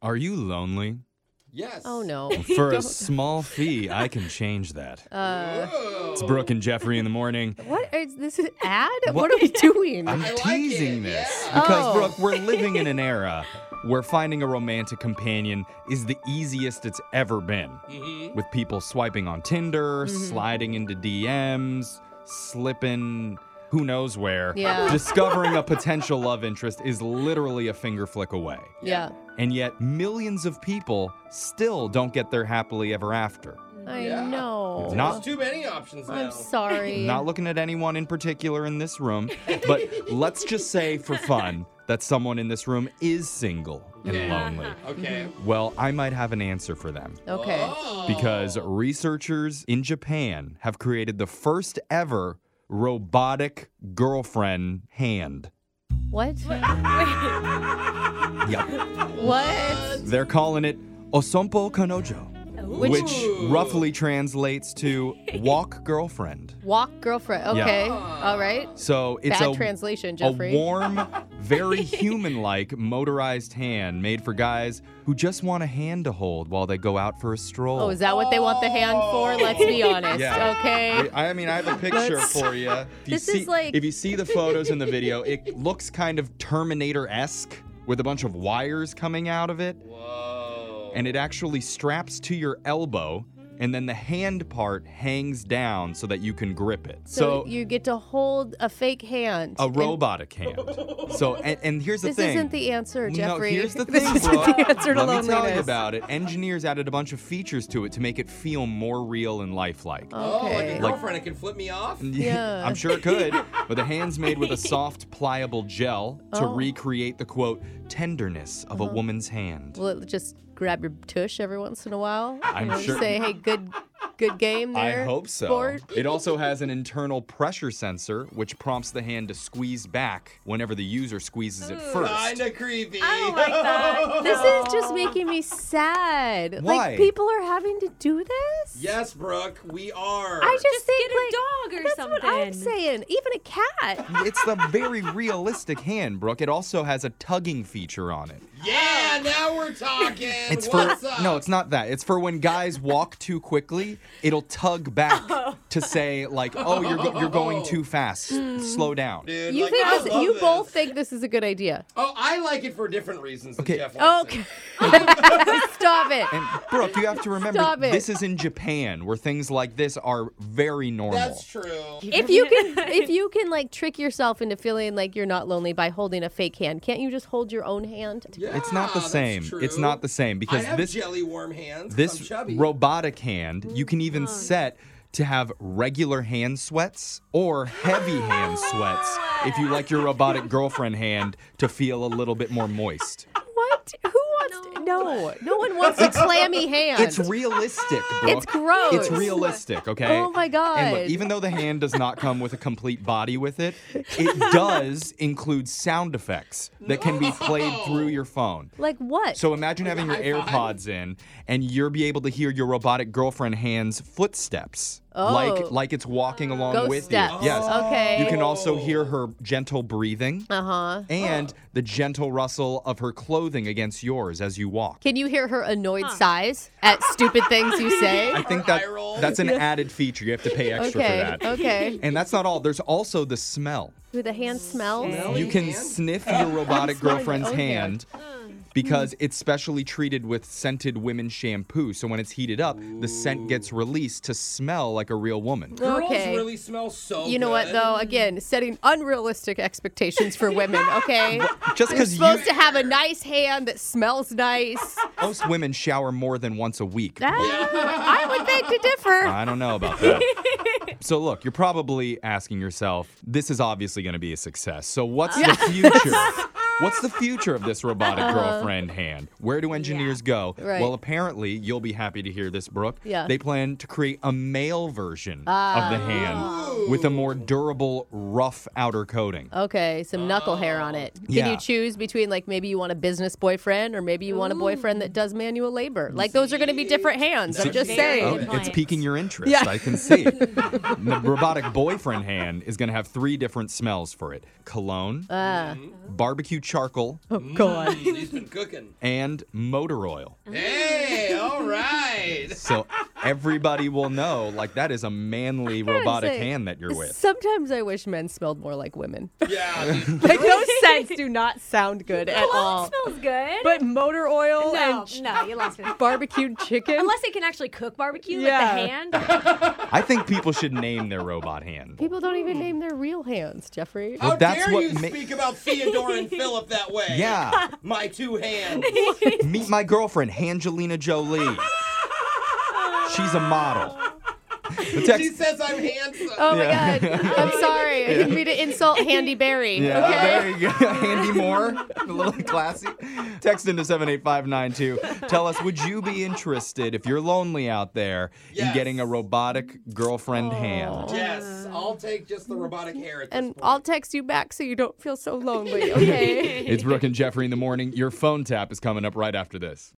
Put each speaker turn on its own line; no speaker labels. Are you lonely?
Yes.
Oh no.
For a small fee, I can change that. it's Brooke and Jeffrey in the morning.
What is this an ad? What, are we doing?
I'm
I like
teasing
it,
this
yeah.
because,
Oh.
Brooke, we're living in an era where finding a romantic companion is the easiest it's ever been.
Mm-hmm.
With people swiping on Tinder, sliding into DMs, slipping who knows where.
Yeah.
Discovering a potential love interest is literally a finger flick away.
yeah.
And yet, millions of people still don't get their happily ever after.
I
Yeah.
know.
Not-
There's too many options now.
I'm sorry.
Not looking at anyone in particular in this room, but let's just say for fun that someone in this room is single and
Yeah.
lonely.
Okay.
Well, I might have an answer for them
okay.
Oh.
because researchers in Japan have created the first ever robotic girlfriend hand.
What?
Yep.
What?
They're calling it Osompo Kanojo,
Which,
which, roughly translates to walk girlfriend.
walk girlfriend?
Yeah.
Okay. All right.
So it's
Bad
a
translation,
A
Jeffrey.
warm, very human like motorized hand made for guys who just want a hand to hold while they go out for a stroll.
oh, is that what they want the hand for? Let's be honest.
Yeah.
Okay.
I I mean, I have a picture for you. If you
This
see,
is like-
If you see the photos in the video, it looks kind of Terminator esque with a bunch of wires coming out of it,
Whoa.
and it actually straps to your elbow. And then the hand part hangs down so that you can grip it.
So, you get to hold a fake hand.
a
And
robotic hand. So, and, and here's the
This
thing.
isn't the answer,
No,
Jeffrey.
here's the
this
thing,
isn't
Brooke.
the answer to
Let me tell you
loneliness.
about it. Engineers added a bunch of features to it to make it feel more real and lifelike.
Oh, like a
Okay.
girlfriend, it can flip me off.
yeah.
I'm sure it could, but the hand's made with a soft, pliable gel to
Oh. Uh-huh.
recreate the quote tenderness of a woman's hand.
Will it just grab your tush every once in a while?
I'm
You know,
sure-
Say, hey, good, good game there.
I hope so.
sport."
It also has an internal pressure sensor, which prompts the hand to squeeze back whenever the user squeezes it first.
Kinda creepy.
I don't like that.
This is just making me sad.
Why?
Like people are having to do this.
yes, Brooke, we are.
I just,
Just
think
get a dog or
like, that's
something.
what I'm saying. Even a cat.
It's the very realistic hand, Brooke. It also has a tugging feature on it.
Yeah, now we're talking.
It's for
What's up?
no, it's not that. It's for when guys walk too quickly, it'll tug back
Oh.
to say like, "Oh, you're go- you're going too fast. Slow down."
Dude,
You
like,
think
I
this,
love
you
this.
both think this is a good idea?
Oh, I like it for different reasons. Than
Okay.
Jeff likes
Okay.
It.
Stop it.
And Brooke, you have to remember
Stop it.
this is in Japan where things like this are very normal.
That's true.
If you can, if you can like trick yourself into feeling like you're not lonely by holding a fake hand, can't you just hold your own hand?
Yeah,
It's not the
that's
same.
True.
It's not the same
I
because
have
this
jelly warm hands. 'cause I'm
this
chubby.
robotic hand, you can
Mm.
even set to have regular hand sweats or heavy hand sweats if you like your robotic girlfriend hand to feel a little bit more moist.
What? Who wants? To, no, no one wants a clammy hand.
It's realistic, Brooke.
It's gross.
It's realistic, okay?
Oh my
And look,
God.
even though the hand does not come with a complete body with it, it does include sound effects that can be played through your phone.
like what?
So imagine having your AirPods in and you'll be able to hear your robotic girlfriend hand's footsteps.
Oh.
Like like it's walking along
Ghost
with
steps.
you. Yes.
Okay.
You can also hear her gentle breathing
Uh huh.
and the gentle rustle of her clothing against yours as you walk.
Can you hear her annoyed sighs at stupid things you say?
I think
Her eye
that
roll.
that's an added feature. You have to pay extra
okay.
for that.
Okay.
And that's not all. There's also the smell.
Who the hand smells?
Smelly
You can
hand?
sniff your robotic
smelling my
girlfriend's
own
hand
hand. Mm.
because it's specially treated with scented women's shampoo. So when it's heated up, the scent gets released to smell like a real woman.
Girls
Okay.
really smell so.
You know what
good.
though? Again, setting unrealistic expectations for women. Okay.
Just
You're
because you,
supposed to have a nice hand that smells nice.
most women shower more than once a week.
That I would beg to differ.
I don't know about that. So look, you're probably asking yourself, this is obviously going to be a success. So what's the future? What's the future of this robotic girlfriend hand? Where do engineers go?
Uh-huh. Right.
Well, apparently, you'll be happy to hear this, Brooke.
Yeah. Ah.
They plan to create a male version of the hand with a more durable, rough outer coating.
Okay, some knuckle hair on it. Can
Yeah.
you choose between like maybe you want a business boyfriend or maybe you want a boyfriend that does manual labor? Like those are going to be different hands. I'm just
very
saying.
Oh,
good
it's
point.
piquing your interest.
Yeah.
I can see. the Oh.
Uh-huh. Uh,
robotic boyfriend hand is going to have three different smells for it cologne, barbecue charcoal,
Oh, God.
He's been cooking.
and motor oil.
Hey, all right.
So everybody will know, like, that is a manly robotic
say,
hand that you're with.
Sometimes I wish men smelled more like women.
Yeah. these-
Like those scents do not sound good at all.
smells good.
But motor oil
no,
and ch-
no, you lost me.
barbecued chicken.
Unless it can actually cook barbecue,
Yeah.
like the hand.
I think people should name their robot hand.
people don't even name their real hands, Jeffrey.
How
that's
dare
what
you
ma-
speak about Theodore and Philip that way?
Yeah.
My two hands.
Meet my girlfriend, Angelina Jolie. She's a model. The
She
text-
says I'm handsome.
Oh
Yeah.
my god. I'm sorry. I didn't mean to insult Handy Berry.
Yeah,
Okay.
there you go. Andy Moore, a little classy. Text into 78592. Tell us, would you be interested, if you're lonely out there, in
Yes.
getting a robotic girlfriend hand?
Yes, I'll take just the robotic hair at this
And
point.
I'll text you back so you don't feel so lonely, okay?
It's Brooke and Jeffrey in the morning. Your phone tap is coming up right after this.